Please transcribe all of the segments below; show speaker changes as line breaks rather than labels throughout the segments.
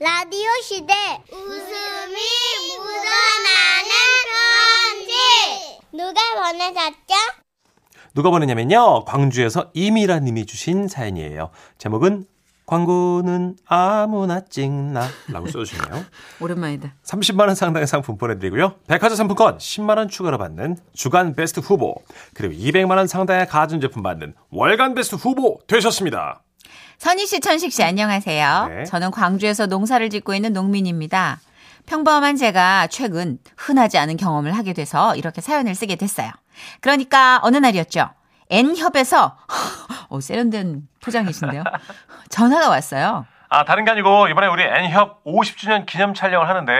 라디오 시대 웃음이 묻어나는 편지 누가 보내셨죠?
누가 보내냐면요. 광주에서 이미라 님이 주신 사연이에요. 제목은 광고는 아무나 찍나 라고 써주시네요.
오랜만이다.
30만원 상당의 상품 보내드리고요. 백화점 상품권 10만원 추가로 받는 주간 베스트 후보, 그리고 200만원 상당의 가전제품 받는 월간 베스트 후보 되셨습니다.
선희 씨, 천식 씨, 안녕하세요.
네.
저는 광주에서 농사를 짓고 있는 농민입니다. 평범한 제가 최근 흔하지 않은 경험을 하게 돼서 이렇게 사연을 쓰게 됐어요. 그러니까 어느 날이었죠. N협에서, 어, 세련된 포장이신데요. 전화가 왔어요.
아, 다른 게 아니고, 이번에 우리 N협 50주년 기념 촬영을 하는데,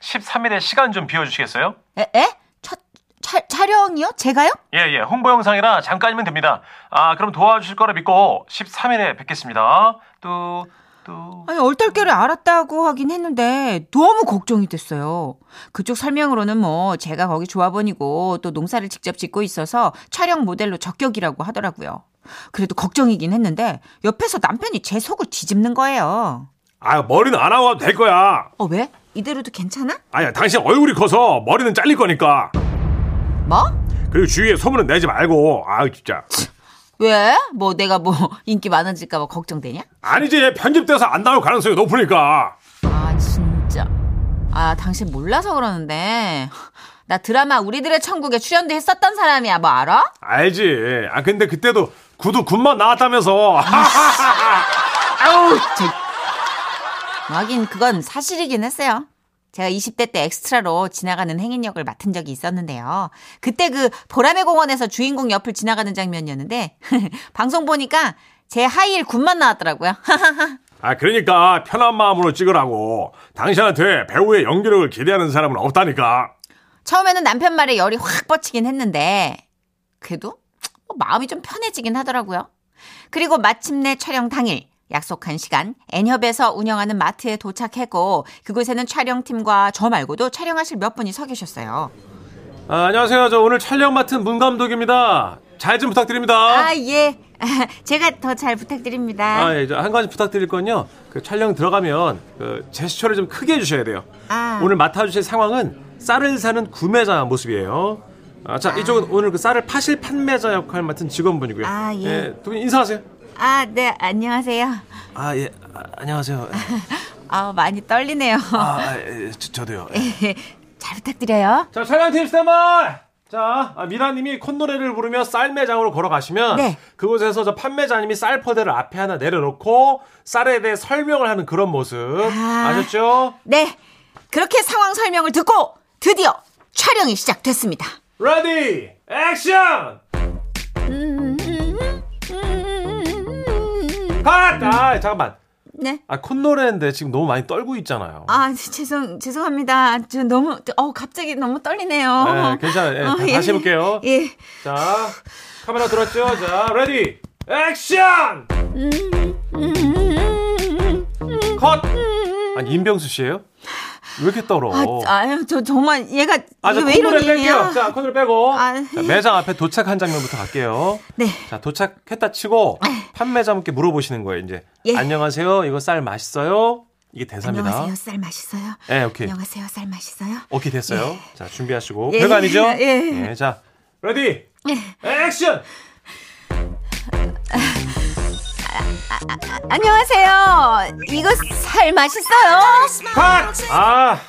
13일에 시간 좀 비워주시겠어요?
에? 에? 차, 차, 촬영이요? 제가요?
예, 예. 홍보 영상이라 잠깐이면 됩니다. 아, 그럼 도와주실 거라 믿고, 13일에 뵙겠습니다. 또, 또.
아니 얼떨결에 알았다고 하긴 했는데 너무 걱정이 됐어요. 그쪽 설명으로는 뭐 제가 거기 조합원이고 또 농사를 직접 짓고 있어서 촬영 모델로 적격이라고 하더라고요. 그래도 걱정이긴 했는데 옆에서 남편이 제 속을 뒤집는 거예요.
아 머리는 안 하고 될 거야.
어 왜? 이대로도 괜찮아?
아야 당신 얼굴이 커서 머리는 잘릴 거니까.
뭐?
그리고 주위에 소문은 내지 말고. 아 진짜.
왜? 뭐 내가 뭐 인기 많아질까 봐 걱정되냐?
아니지 편집돼서 안 나올 가능성이 높으니까.
아 진짜. 아 당신 몰라서 그러는데 나 드라마 우리들의 천국에 출연도 했었던 사람이야 뭐 알아?
알지. 아 근데 그때도 구두 군만 나왔다면서.
아우, 저... 하긴 그건 사실이긴 했어요. 제가 20대 때 엑스트라로 지나가는 행인 역을 맡은 적이 있었는데요. 그때 그 보라매 공원에서 주인공 옆을 지나가는 장면이었는데 방송 보니까 제 하이힐 군만 나왔더라고요.
아 그러니까 편한 마음으로 찍으라고. 당신한테 배우의 연기력을 기대하는 사람은 없다니까.
처음에는 남편 말에 열이 확 뻗치긴 했는데 그래도 뭐 마음이 좀 편해지긴 하더라고요. 그리고 마침내 촬영 당일 약속한 시간 N협에서 운영하는 마트에 도착했고 그곳에는 촬영팀과 저 말고도 촬영하실 몇 분이 서 계셨어요.
아, 안녕하세요. 저 오늘 촬영 맡은 문 감독입니다. 잘 좀 부탁드립니다.
아 예, 제가 더 잘 부탁드립니다.
아, 예, 저한 가지 부탁드릴 건요. 그 촬영 들어가면 그 제스처를 좀 크게 해주셔야 돼요.
아.
오늘 맡아주실 상황은 쌀을 사는 구매자 모습이에요. 아, 자, 이쪽은 오늘 그 쌀을 파실 판매자 역할 맡은 직원분이고요.
아, 예.
두 분 인사하세요.
아 네 안녕하세요.
아, 예. 아, 안녕하세요.
아 많이 떨리네요.
아, 예, 저, 저도요. 예.
잘 부탁드려요.
자, 촬영팀 스탠바이! 자, 아, 미라님이 콧노래를 부르며 쌀 매장으로 걸어가시면
네.
그곳에서 저 판매자님이 쌀 퍼대를 앞에 하나 내려놓고 쌀에 대해 설명을 하는 그런 모습
아.
아셨죠?
네 그렇게 상황 설명을 듣고 드디어 촬영이 시작됐습니다.
레디 액션! 컷! 아 잠깐만
네.
아 콧노래인데 지금 너무 많이 떨고 있잖아요
아, 네, 죄송, 죄송합니다. 저 너무, 어, 갑자기 너무 떨리네요. 어,
네, 괜찮아요. 예, 다- 다시 해볼게요.
예.
자 카메라 들었죠? 자 레디 액션! 컷! 아니 임병수 씨예요? 왜 이렇게 떨어?
아, 아유, 저 정말 얘가
아, 저
이게 왜
콧노래
이러니?
뺄게요. 자, 콧노래 빼고.
아.
자, 매장 앞에 도착한 장면부터 갈게요.
네.
자, 도착했다 치고 판매자분께 물어보시는 거예요, 이제.
예.
안녕하세요. 이거 쌀 맛있어요? 이게 대사입니다.
안녕하세요. 쌀 맛있어요.
예, 오케이.
안녕하세요. 쌀 맛있어요.
오케이, 됐어요. 자, 준비하시고.
예.
별거 아니죠? 네,
예.
자, 레디. 액션!
안녕하세요. 이거 쌀 맛있어요.
팍! 아,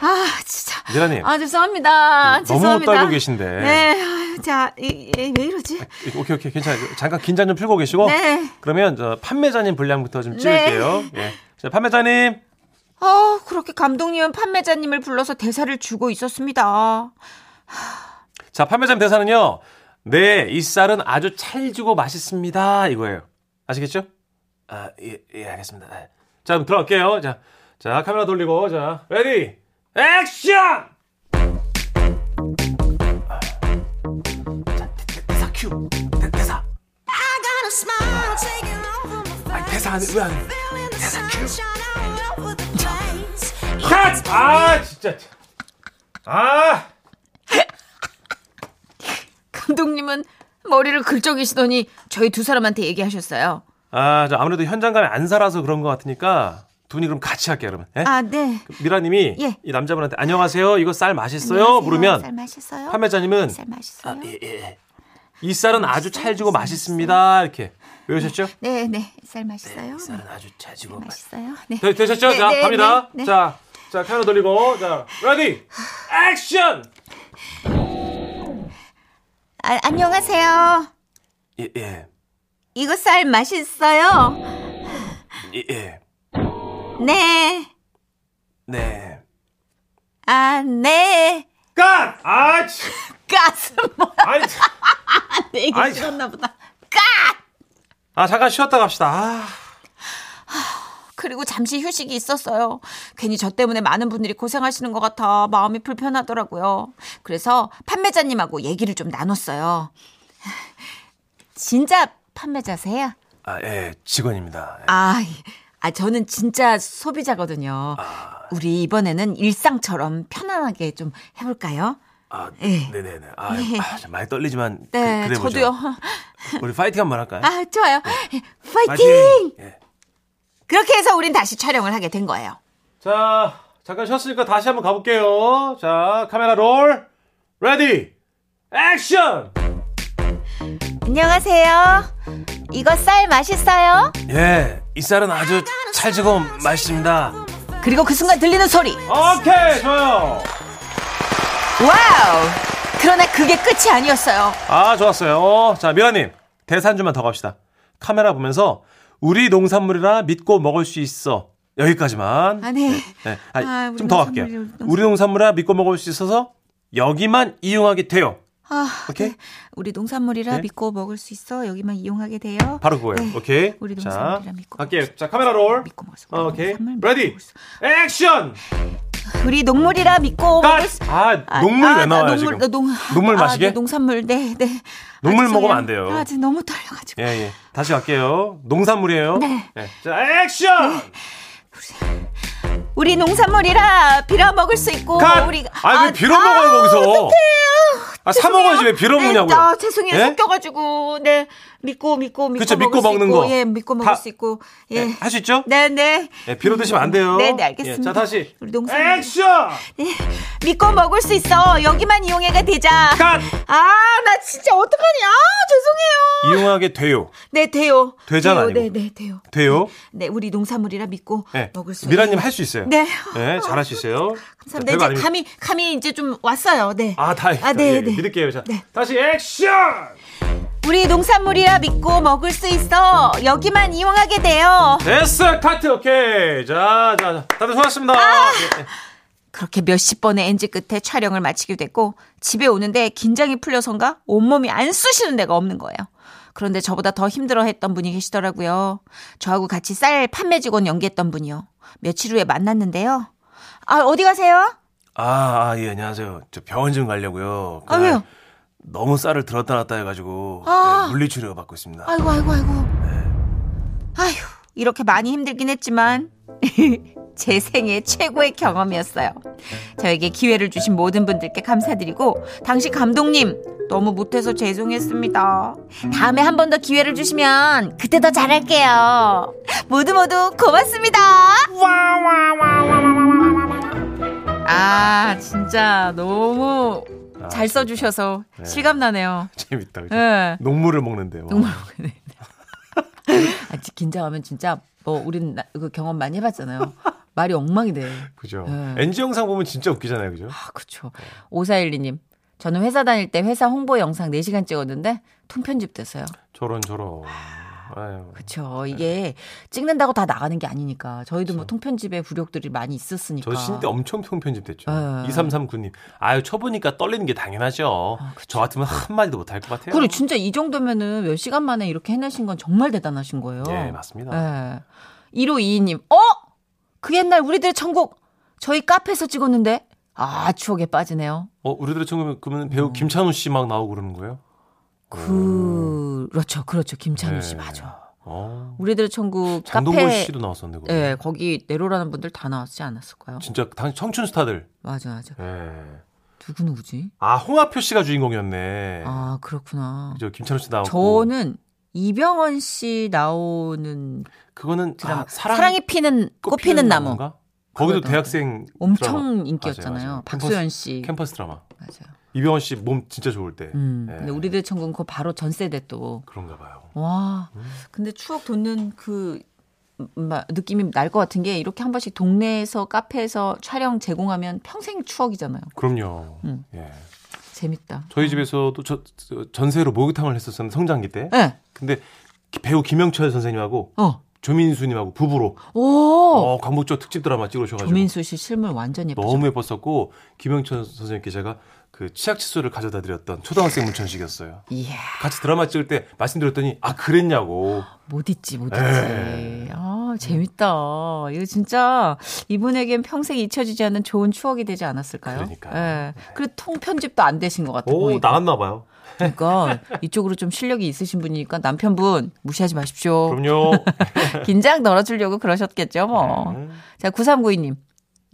아, 진짜.
미라님.
아, 죄송합니다.
네, 너무
죄송합니다.
떨고 계신데.
네. 아유, 자, 이, 이- 왜 이러지?
오케이, 오케이, 괜찮아요. 잠깐 긴장 좀 풀고 계시고.
네.
그러면 저 판매자님 분량부터 좀 찍을게요. 예. 자, 판매자님.
아, 그렇게 감독님은 판매자님을 불러서 대사를 주고 있었습니다.
자, 판매자님 대사는요. 네, 이 쌀은 아주 찰지고 맛있습니다. 이거예요. 아시겠죠? 아, 예, 예, 알겠습니다. 아. 자, 그럼 들어갈게요. 자, 자, 카메라 돌리고, 자, 레디, 액션! 아. 자, 대- 대- 대사 큐, 대- 대사.
아,
대사 안 해, 왜안 해? 컷!
컷!
아, 진짜. 아!
감독님은 머리를 긁적이시더니 저희 두 사람한테 얘기하셨어요.
아, 저 아무래도 현장감이 안 살아서 그런 것 같으니까 두 분이 그럼 같이 할게요, 그러면. 예?
아, 네.
미라님이
예.
이 남자분한테 안녕하세요. 이거 쌀 맛있어요?
안녕하세요.
물으면
쌀 맛있어요?
판매자님은
쌀 맛있어요?
아, 예, 예, 예. 이 쌀은 아주 찰지고 맛있습니다. 이렇게 외우셨죠?
네, 네. 쌀 맛있어요?
이 쌀은 아주 찰지고 맛있.
맛있어요? 네.
되, 되셨죠?
네,
자,
네,
갑니다.
네, 네.
자, 자, 카메라 돌리고, 자, 레디, 액션.
아, 안녕하세요.
예, 예,
이거 쌀 맛있어요?
예, 예.
네.
네.
아, 네.
갓! 아, 참.
가슴 뭐
아니, 참.
되게
아이,
싫었나 보다.
아, 잠깐 쉬었다 갑시다. 아,
그리고 잠시 휴식이 있었어요. 괜히 저 때문에 많은 분들이 고생하시는 것 같아 마음이 불편하더라고요. 그래서 판매자님하고 얘기를 좀 나눴어요. 진짜 판매자세요?
아, 예, 직원입니다.
아, 아 저는 진짜 소비자거든요.
아.
우리 이번에는 일상처럼 편안하게 좀 해볼까요?
아,
예.
네네네. 아, 아, 참 많이 떨리지만
네,
그, 그래 보죠. 네.
저도요.
우리 파이팅 한번 할까요?
아, 좋아요. 파이팅!
파이팅! 예.
그렇게 해서 우린 다시 촬영을 하게 된 거예요.
자, 잠깐 쉬었으니까 다시 한번 가볼게요. 자, 카메라 롤, 레디, 액션.
안녕하세요. 이거 쌀 맛있어요?
예, 이 쌀은 아주 찰지고 맛있습니다.
그리고 그 순간 들리는 소리.
오케이, 좋아요.
와우! 그러나 그게 끝이 아니었어요.
아, 좋았어요. 어, 자, 미라님, 대사 한 줄만 더 갑시다. 카메라 보면서 우리 농산물이라 믿고 먹을 수 있어. 여기까지만.
아, 네.
네,
아, 우리
좀 더
농산물이
할게요.
우리 농산-
우리 농산물이라 믿고 먹을 수 있어서 여기만 이용하게 돼요.
아,
오케이?
네. 우리 농산물이라
네.
믿고 먹을 수 있어. 여기만 이용하게 돼요.
바로 그거예요.
네.
오케이.
우리
자,
농산물이라 믿고
갈게요.
먹을 수
자, 카메라 롤.
믿고 먹을 수
어, 오케이.
농산물 믿고
레디.
먹을 수-
액션.
우리 농물이라 믿고
갓.
먹을 수
아, 농물
아,
왜
나
나와요,
농물,
지금?
나 농,
눈물 마시게?
아, 네, 농산물, 네, 네.
눈물 먹으면
아, 죄송해요.
안 돼요.
아, 지금 너무 떨려가지고.
예, 예. 다시 갈게요. 농산물이에요.
네.
예. 자, 액션.
우리 농산물이라 빌어 먹을 수 있고,
갓.
우리.
아니, 왜 빌어 먹어요, 거기서. 아, 사 먹어야지 왜 빌어 먹냐고요.
네, 아, 죄송해요.
예?
섞여가지고, 네. 믿고, 믿고, 믿고.
그쵸,
먹을
믿고
수
먹는
있고,
거.
예, 믿고
다-
먹을 수 있고, 예.
예. 할 수 있죠?
네, 네.
예, 빌어 드시면 안 돼요.
네, 네, 알겠습니다.
예, 자, 다시.
우리 농산물.
액션.
믿고 먹을 수 있어. 여기만 이용해가 되자.
갓.
아, 나 진짜 어떡하냐. 아, 죄송해요.
이용하게 돼요.
네, 돼요.
되자
돼요.
아니고.
네, 네, 돼요.
돼요.
네, 우리 농산물이라 믿고
예.
먹을 수
미라님
있어요.
할 수 있어요.
네.
예, 잘할 수 있어요. 자, 별거
감사합니다. 이제
아닙니다.
감이 감이 이제 좀 왔어요. 네.
아, 다행이다.
아, 네,
예,
네.
믿을게요. 자,
네.
다시 액션.
우리 농산물이라 믿고 먹을 수 있어. 여기만 이용하게 돼요.
됐어 카트 오케이 자, 자 다들 수고하셨습니다
아!
예, 예.
그렇게 몇십 번의 엔지 끝에 촬영을 마치게 됐고 집에 오는데 긴장이 풀려선가 온몸이 안 쑤시는 데가 없는 거예요. 그런데 저보다 더 힘들어했던 분이 계시더라고요. 저하고 같이 쌀 판매 직원 연기했던 분이요. 며칠 후에 만났는데요. 아 어디 가세요?
아, 아, 예, 안녕하세요 저 병원 좀 가려고요
아,
그날
왜요?
너무 쌀을 들었다 놨다 해가지고
아.
네, 물리치료 받고 있습니다
아이고 아이고 아이고. 아휴 이렇게 많이 힘들긴 했지만 제 생애 최고의 경험이었어요. 저에게 기회를 주신 모든 분들께 감사드리고 당시 감독님 너무 못해서 죄송했습니다. 다음에 한 번 더 기회를 주시면 그때 더 잘할게요. 모두 모두 고맙습니다. 아 진짜 너무 잘 써주셔서 실감 나네요.
아, 재밌다 그죠?
예.
녹물을 먹는데 와.
정말 모르겠네. 아, 진- 긴장하면 진짜 뭐 우리는 나- 그 경험 많이 해봤잖아요. 말이 엉망이 돼.
그죠
예.
NG 영상 보면 진짜 웃기잖아요 그죠
아 그렇죠. 5412님. 저는 회사 다닐 때 회사 홍보 영상 4시간 찍었는데 통편집 됐어요.
저런 저런 아유.
그렇죠.
네.
이게 찍는다고 다 나가는 게 아니니까. 저희도 뭐 통편집의 부력들이 많이 있었으니까.
저 신때 엄청 통편집됐죠.
예.
2339님. 아유, 쳐보니까 떨리는 게 당연하죠. 저 같으면 한마디도 못할 것 같아요.
아, 그래 진짜 이 정도면은 몇 시간 만에 이렇게 해내신 건 정말 대단하신 거예요.
예, 맞습니다.
예. 1522님, 어? 그 옛날 우리들의 천국, 저희 카페에서 찍었는데, 아, 추억에 빠지네요.
어, 우리들의 친구 그러면
음.
배우 김찬호 씨 막 나오고 그러는 거예요?
그, 그렇죠, 그렇죠. 김찬우 씨,
네.
맞아.
어.
우리들의 천국
장동건
카페,
씨도 나왔었는데 그거.
예, 거기 내로라는 분들 다 나왔지 않았을까요?
진짜 당시 청춘 스타들.
맞아, 맞아.
예.
누구누구지?
아 홍아표 씨가 주인공이었네.
아, 그렇구나.
저 김찬호 씨 나오고.
저는 이병헌 씨 나오는
그거는 아, 사랑,
사랑, 이 피는 꽃 피는 나무
나무인가? 거기도
그거다.
대학생
엄청
드라마.
인기였잖아요.
맞아요, 맞아요.
박소연
캠퍼스-
씨
캠퍼스 드라마.
맞아요.
이병헌 씨 몸 진짜 좋을 때.
음.
예.
근데 우리들 천군 그 바로 전 세대 또
그런가 봐요.
와. 근데 추억 돋는 그 마- 느낌이 날 것 같은 게 이렇게 한 번씩 동네에서 카페에서 촬영 제공하면 평생 추억이잖아요.
그럼요.
음.
예.
재밌다.
저희 집에서도 저, 저- 전세로 목욕탕을 했었었는데 성장기 때.
예.
근데 기- 배우 김영철 선생님하고
어.
조민수님하고 부부로
오.
어, 광복절 특집 드라마 찍으셔가지고
조민수 씨 실물 완전 예쁘죠.
너무 예뻤었고 김영철 선생님께 제가 그 치약 칫솔을 가져다 드렸던 초등학생 문천식이었어요.
이야.
같이 드라마 찍을 때 말씀드렸더니 아 그랬냐고.
못 잊지 못
에.
잊지. 아 재밌다. 이거 진짜 이분에겐 평생 잊혀지지 않는 좋은 추억이 되지 않았을까요?
그러니까요.
예. 그리고 통 편집도 안 되신 것 같아요.
오 나갔나 봐요.
그러니까 이쪽으로 좀 실력이 있으신 분이니까 남편분 무시하지 마십시오.
그럼요.
긴장 덜어주려고 그러셨겠죠, 뭐.
음.
자, 9392님.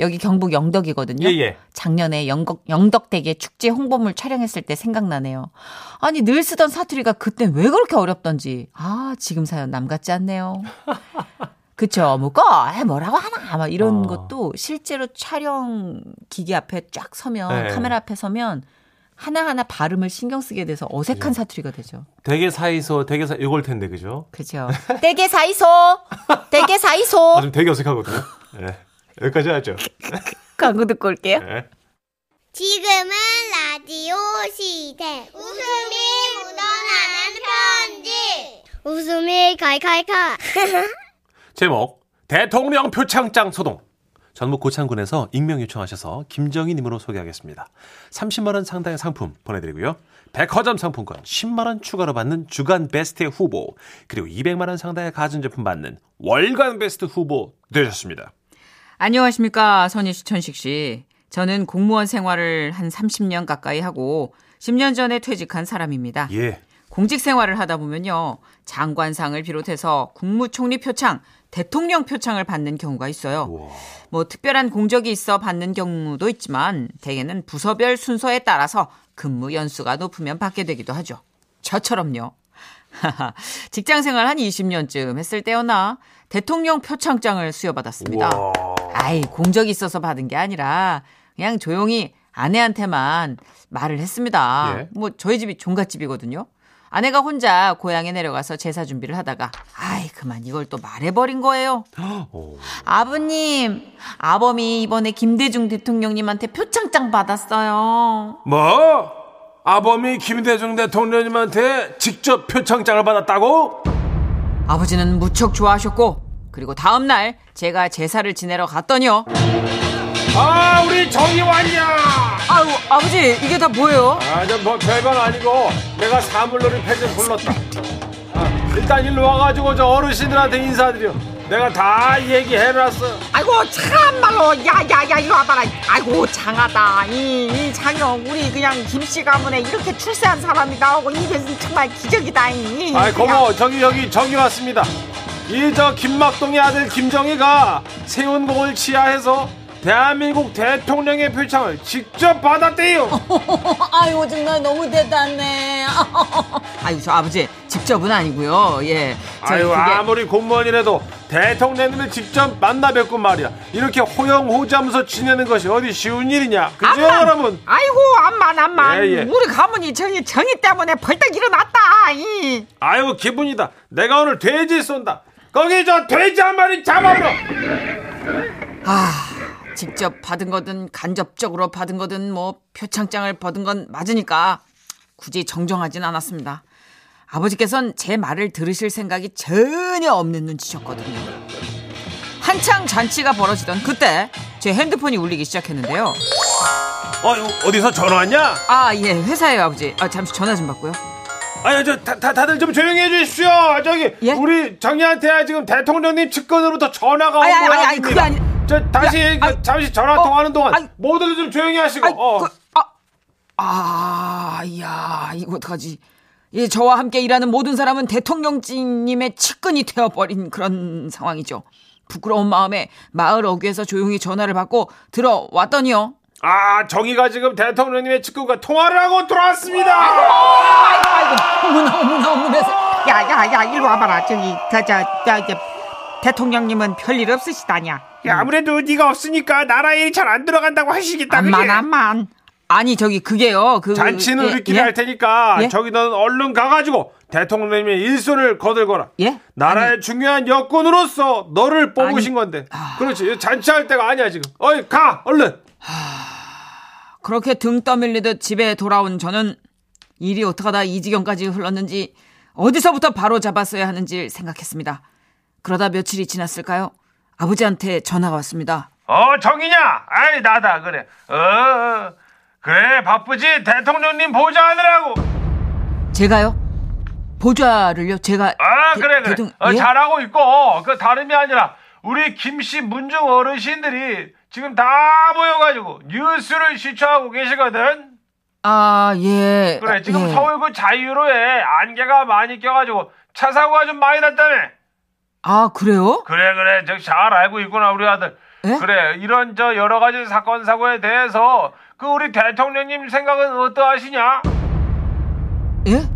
여기 경북 영덕이거든요.
예예.
작년에 영덕, 영덕대게 축제 홍보물 촬영했을 때 생각나네요. 아니, 늘 쓰던 사투리가 그땐 왜 그렇게 어렵던지. 아, 지금 사연 남 같지 않네요. 그쵸, 뭐꺼, 에, 뭐라고 하나, 막 이런
어.
것도 실제로 촬영 기계 앞에 쫙 서면,
네.
카메라 앞에 서면 하나하나 발음을 신경 쓰게 돼서 어색한
예.
사투리가 되죠.
대게 사이소 대게 사 이걸 텐데 그죠?
그죠. 대게 사이소! 대게 사이소!
아좀 되게 어색하거든요. 예. 여기까지 하죠.
그 광고 듣고 올게요.
예.
지금은 라디오 시대. 웃음이 묻어나는 편지. 웃음이 칼칼칼.
제목 대통령 표창장 소동. 전북 고창군에서 익명 요청하셔서 김정희님으로 소개하겠습니다. 30만 원 상당의 상품 보내드리고요. 백화점 상품권 10만 원 추가로 받는 주간 베스트 후보 그리고 200만 원 상당의 가전제품 받는 월간 베스트 후보 되셨습니다.
안녕하십니까 선희 씨, 천식 씨. 저는 공무원 생활을 한 30년 가까이 하고 10년 전에 퇴직한 사람입니다.
예.
공직 생활을 하다 보면요. 장관상을 비롯해서 국무총리 표창, 대통령 표창을 받는 경우가 있어요.
우와.
뭐 특별한 공적이 있어 받는 경우도 있지만 대개는 부서별 순서에 따라서 근무 연수가 높으면 받게 되기도 하죠. 저처럼요. 직장 생활 한 20년쯤 했을 때였나 대통령 표창장을 수여받았습니다. 아이, 공적이 있어서 받은 게 아니라 그냥 조용히 아내한테만 말을 했습니다.
예.
뭐 저희 집이 종갓집이거든요. 아내가 혼자 고향에 내려가서 제사 준비를 하다가 아이 그만 이걸 또 말해버린 거예요.
오.
아버님, 아범이 이번에 김대중 대통령님한테 표창장 받았어요.
뭐? 아범이 김대중 대통령님한테 직접 표창장을 받았다고?
아버지는 무척 좋아하셨고, 그리고 다음날 제가 제사를 지내러 갔더니요.
아 우리 정이 왔냐
아유, 아버지, 이게 다 뭐예요?
아저뭐 별건 아니고 내가 사물놀이 팬을 불렀다 아, 일단 일로 와가지고 저 어르신들한테 인사드려 내가 다 얘기해놨어
아이고, 참말로, 야, 야, 야, 이리 와봐라. 아이고, 장하다. 이, 이 장영, 우리 그냥 김씨 가문에 이렇게 출세한 사람이 나오고, 이게 정말 기적이다. 이.
아이 고모 저기 여기 정이 왔습니다 이 저 김막동의 아들 김정희가 세운공을 치하해서 대한민국 대통령의 표창을 직접 받았대요
아유 정말 너무 대단해. 아유 저 아버지 직접은 아니고요. 예. 저희
아유
그게-
아무리 공무원이라도 대통령님을 직접 만나 뵙고 말이야 이렇게 호영호자하면서 지내는 것이 어디 쉬운 일이냐 그죠
암만!
여러분
아이고 암만 암만.
예, 예.
우리 가문이 정이 정이 때문에 벌떡 일어났다. 이.
아이고 기분이다. 내가 오늘 돼지 쏜다. 거기 저 돼지 한 마리 어, 잡아봐.
아 직접 받은 거든 간접적으로 받은 거든 뭐 표창장을 받은 건 맞으니까 굳이 정정하진 않았습니다. 아버지께선 제 말을 들으실 생각이 전혀 없는 눈치셨거든요. 한창 잔치가 벌어지던 그때 제 핸드폰이 울리기 시작했는데요.
어 어디서 전화 왔냐?
아, 예, 회사예요, 아버지. 아, 잠시 전화 좀 받고요.
아유 저 다, 다, 다들 좀 조용히 해주십시오. 아, 저기
예?
우리 정희한테 지금 대통령님 측근으로부터 전화가 온
아니, 아니,
모양입니다.
아니, 아니, 그게 아니.
저 다시
야,
그
아니,
잠시 전화
어,
통화하는 동안
아니,
모두들 좀 조용히 하시고.
아이,
어.
그, 아, 아, 이야, 이거 어떡하지. 예, 저와 함께 일하는 모든 사람은 대통령님의 측근이 되어버린 그런 상황이죠. 부끄러운 마음에 마을 어귀에서 조용히 전화를 받고 들어왔더니요.
아 정희가 지금
아,
대통령님의 측근과 통화를 하고 들어왔습니다.
아이고, 어머나, 어머나, 어머나.
야야야 일로 와봐라 저기 저저 이제 대통령님은 별일 없으시다냐 음,
야, 아무래도 네가 없으니까 나라 일이 잘 안 들어간다고
아,
하시겠다. 그지?
암만 암만
아니 저기 그게요. 그
잔치는
예,
우리끼리
예?
할 테니까
예?
저기 너는 얼른 가가지고 대통령님의 일손을 거들거라.
예?
나라의 중요한 여권으로서 너를 뽑으신
아니.
건데. 그렇지. 잔치할 때가 아니야 지금. 어이 가 얼른.
그렇게 등 떠밀리듯 집에 돌아온 저는 일이 어떡하다 이 지경까지 흘렀는지 어디서부터 바로 잡았어야 하는지 생각했습니다. 그러다 며칠이 지났을까요? 아버지한테 전화가 왔습니다.
어 정이냐? 아이 나다 그래. 어 그래 바쁘지 대통령님 보좌하느라고.
제가요? 보좌를요? 제가
아
대-
그래 그래
대통령-
어,
예?
잘하고 있고 그 다름이 아니라 우리 김씨 문중 어르신들이 지금 다 모여가지고 뉴스를 시청하고 계시거든
아 예.
그래
아,
지금
예.
서울구 자유로에 안개가 많이 껴가지고 차 사고가 좀 많이 났다며
아 그래요?
그래 그래 저 잘 알고 있구나 우리 아들
예?
그래 이런 저 여러 가지 사건 사고에 대해서 그 우리 대통령님 생각은 어떠하시냐?
음, 예?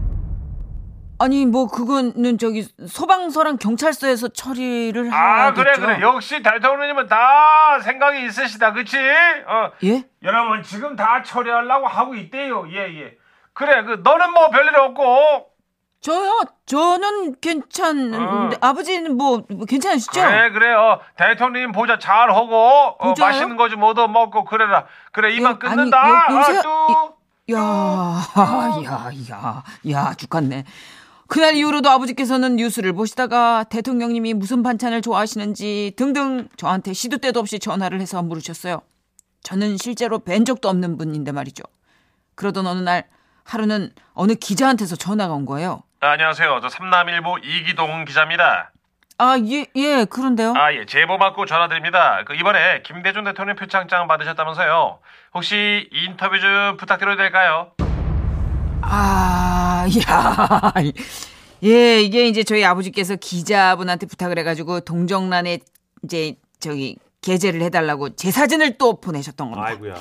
아니 뭐 그거는 저기 소방서랑 경찰서에서 처리를
아
하겠죠.
그래 그래 역시 대통령님은 다 생각이 있으시다 그치? 어
예?
여러분 지금 다 처리하려고 하고 있대요. 예예. 그래 그 너는 뭐 별일 없고.
저요? 저는 괜찮은데
어.
아버지는 뭐, 뭐 괜찮으시죠?
그래 그래 어 대통령님 보자 잘 하고 어,
보자요?
맛있는 거 좀 얻어 먹고 그래라. 그래 이만
여- 아니,
끊는다.
여- 여보세요?
아, 쭉.
야, 야, 야, 야, 죽겠네. 그날 이후로도 아버지께서는 뉴스를 보시다가 대통령님이 무슨 반찬을 좋아하시는지 등등 저한테 시도 때도 없이 전화를 해서 물으셨어요. 저는 실제로 뵌 적도 없는 분인데 말이죠. 그러던 어느 날 하루는 어느 기자한테서 전화가 온 거예요.
아, 안녕하세요. 저 삼남일보 이기동 기자입니다.
아, 예, 예, 그런데요.
아 예 제보 받고 전화드립니다. 그 이번에 김대중 대통령 표창장 받으셨다면서요. 혹시 인터뷰 좀 부탁드려도 될까요?
아, 야. 예, 이게 이제 저희 아버지께서 기자분한테 부탁을 해가지고 동정란에 이제 저기 게재를 해달라고 제 사진을 또 보내셨던 겁니다.
아이고야.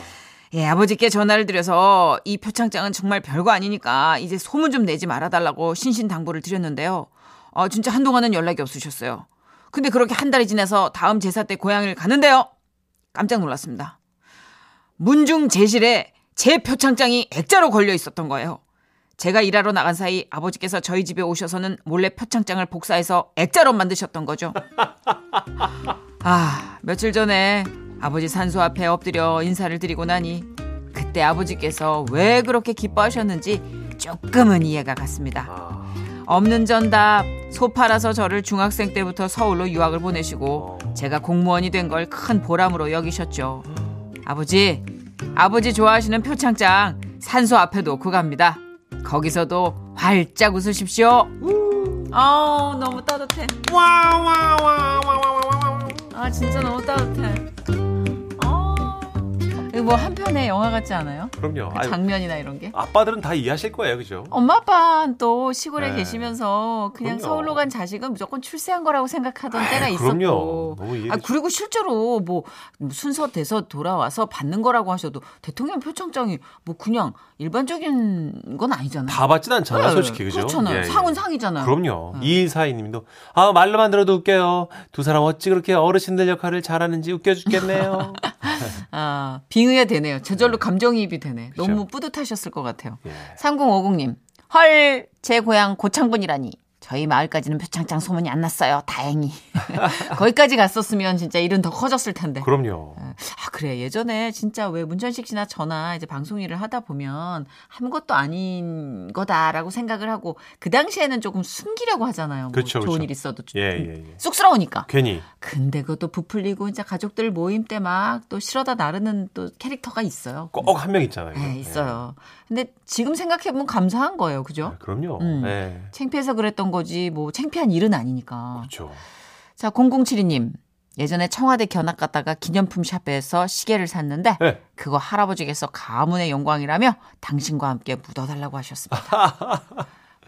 예, 아버지께 전화를 드려서 이 표창장은 정말 별거 아니니까 이제 소문 좀 내지 말아달라고 신신당부를 드렸는데요. 어, 진짜 한동안은 연락이 없으셨어요. 근데 그렇게 한 달이 지나서 다음 제사 때 고향을 가는데요. 깜짝 놀랐습니다. 문중 제실에 제 표창장이 액자로 걸려 있었던 거예요. 제가 일하러 나간 사이 아버지께서 저희 집에 오셔서는 몰래 표창장을 복사해서 액자로 만드셨던 거죠. 아, 며칠 전에 아버지 산소 앞에 엎드려 인사를 드리고 나니 그때 아버지께서 왜 그렇게 기뻐하셨는지 조금은 이해가 갔습니다.
아.
없는 전답 소파라서 저를 중학생 때부터 서울로 유학을 보내시고 제가 공무원이 된 걸 큰 보람으로 여기셨죠. 아버지, 아버지 좋아하시는 표창장 산소 앞에 놓고 갑니다. 거기서도 활짝 웃으십시오. 아우 너무 따뜻해. 아 진짜 너무 따뜻해. 아, 이거 뭐 한편의 영화 같지 않아요?
그럼요.
그
아유,
장면이나 이런 게.
아빠들은 다 이해하실 거예요, 그죠?
엄마 아빠는 또 시골에
네.
계시면서 그냥
그럼요.
서울로 간 자식은 무조건 출세한 거라고 생각하던 때가
그럼요.
있었고.
너무 이해가
아, 그리고 실제로 뭐 순서 돼서 돌아와서 받는 거라고 하셔도 대통령 표창장이 뭐 그냥 일반적인 건 아니잖아요.
다 받진 않잖아요,
네,
솔직히 그죠?
그렇잖아요.
예, 예.
상은 상이잖아요.
그럼요.
음.
이사이님도 아 말로만 들어도 웃겨요. 두 사람 어찌 그렇게 어르신들 역할을 잘하는지 웃겨 죽겠네요.
아, 빙의가 되네요. 저절로 감정이입이 되네.
그죠?
너무 뿌듯하셨을 것 같아요.
예.
3050님, 헐, 제 고향 고창군이라니. 저희 마을까지는 표창장 소문이 안 났어요. 다행히. 거기까지 갔었으면 진짜 일은 더 커졌을 텐데.
그럼요.
아, 그래. 예전에 진짜 왜 문전식 씨나 저나 이제 방송 일을 하다 보면 아무것도 아닌 거다라고 생각을 하고 그 당시에는 조금 숨기려고 하잖아요. 뭐
그렇죠,
좋은
그렇죠.
일 있어도 좀
예, 예, 예.
쑥스러우니까.
괜히
근데 그것도 부풀리고 진짜 가족들 모임 때 막 또 싫어다 나르는 또 캐릭터가 있어요.
꼭 한 명 있잖아요.
네,
예.
있어요. 근데 지금 생각해보면 감사한 거예요. 그죠?
아, 그럼요.
음.
예.
창피해서 그랬던 거지 뭐 창피한 일은 아니니까.
그렇죠.
자, 0072님. 예전에 청와대 견학 갔다가 기념품 샵에서 시계를 샀는데
네.
예.
그거 할아버지께서 가문의 영광이라며 당신과 함께 묻어달라고 하셨습니다.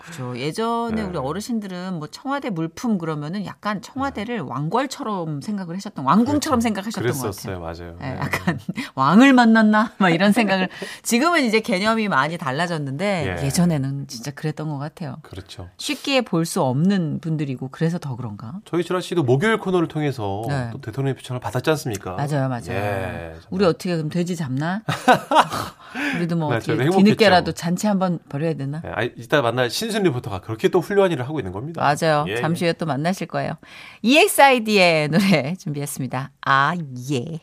그죠.
네.
예전에 우리 어르신들은 뭐 청와대 물품 그러면은 약간 청와대를 왕궐처럼 생각을 하셨던 왕궁처럼 생각하셨던
네. 그렇죠. 그랬었어요,
것 같아요.
맞아요.
예,
네.
약간 왕을 만났나 막 이런 생각을 지금은 이제 개념이 많이 달라졌는데
예.
예. 전에는 진짜 그랬던 것 같아요.
그렇죠.
쉽게 볼 수 없는 분들이고 그래서 더 그런가?
저희 지라 씨도 목요일 코너를 통해서
네.
또 대통령의 표창을 받았지 않습니까?
맞아요, 맞아요.
예,
우리 어떻게 그럼 돼지 잡나? 우리도 뭐
맞아요.
어떻게
행복했죠.
뒤늦게라도 잔치 한번 벌여야 되나?
예, 아, 이따 만날 신순 리포터가 그렇게 또 훌륭한 일을 하고 있는 겁니다.
맞아요.
예,
E 잠시 후에 또 만나실 거예요. EXID의 노래 준비했습니다. 아, 예.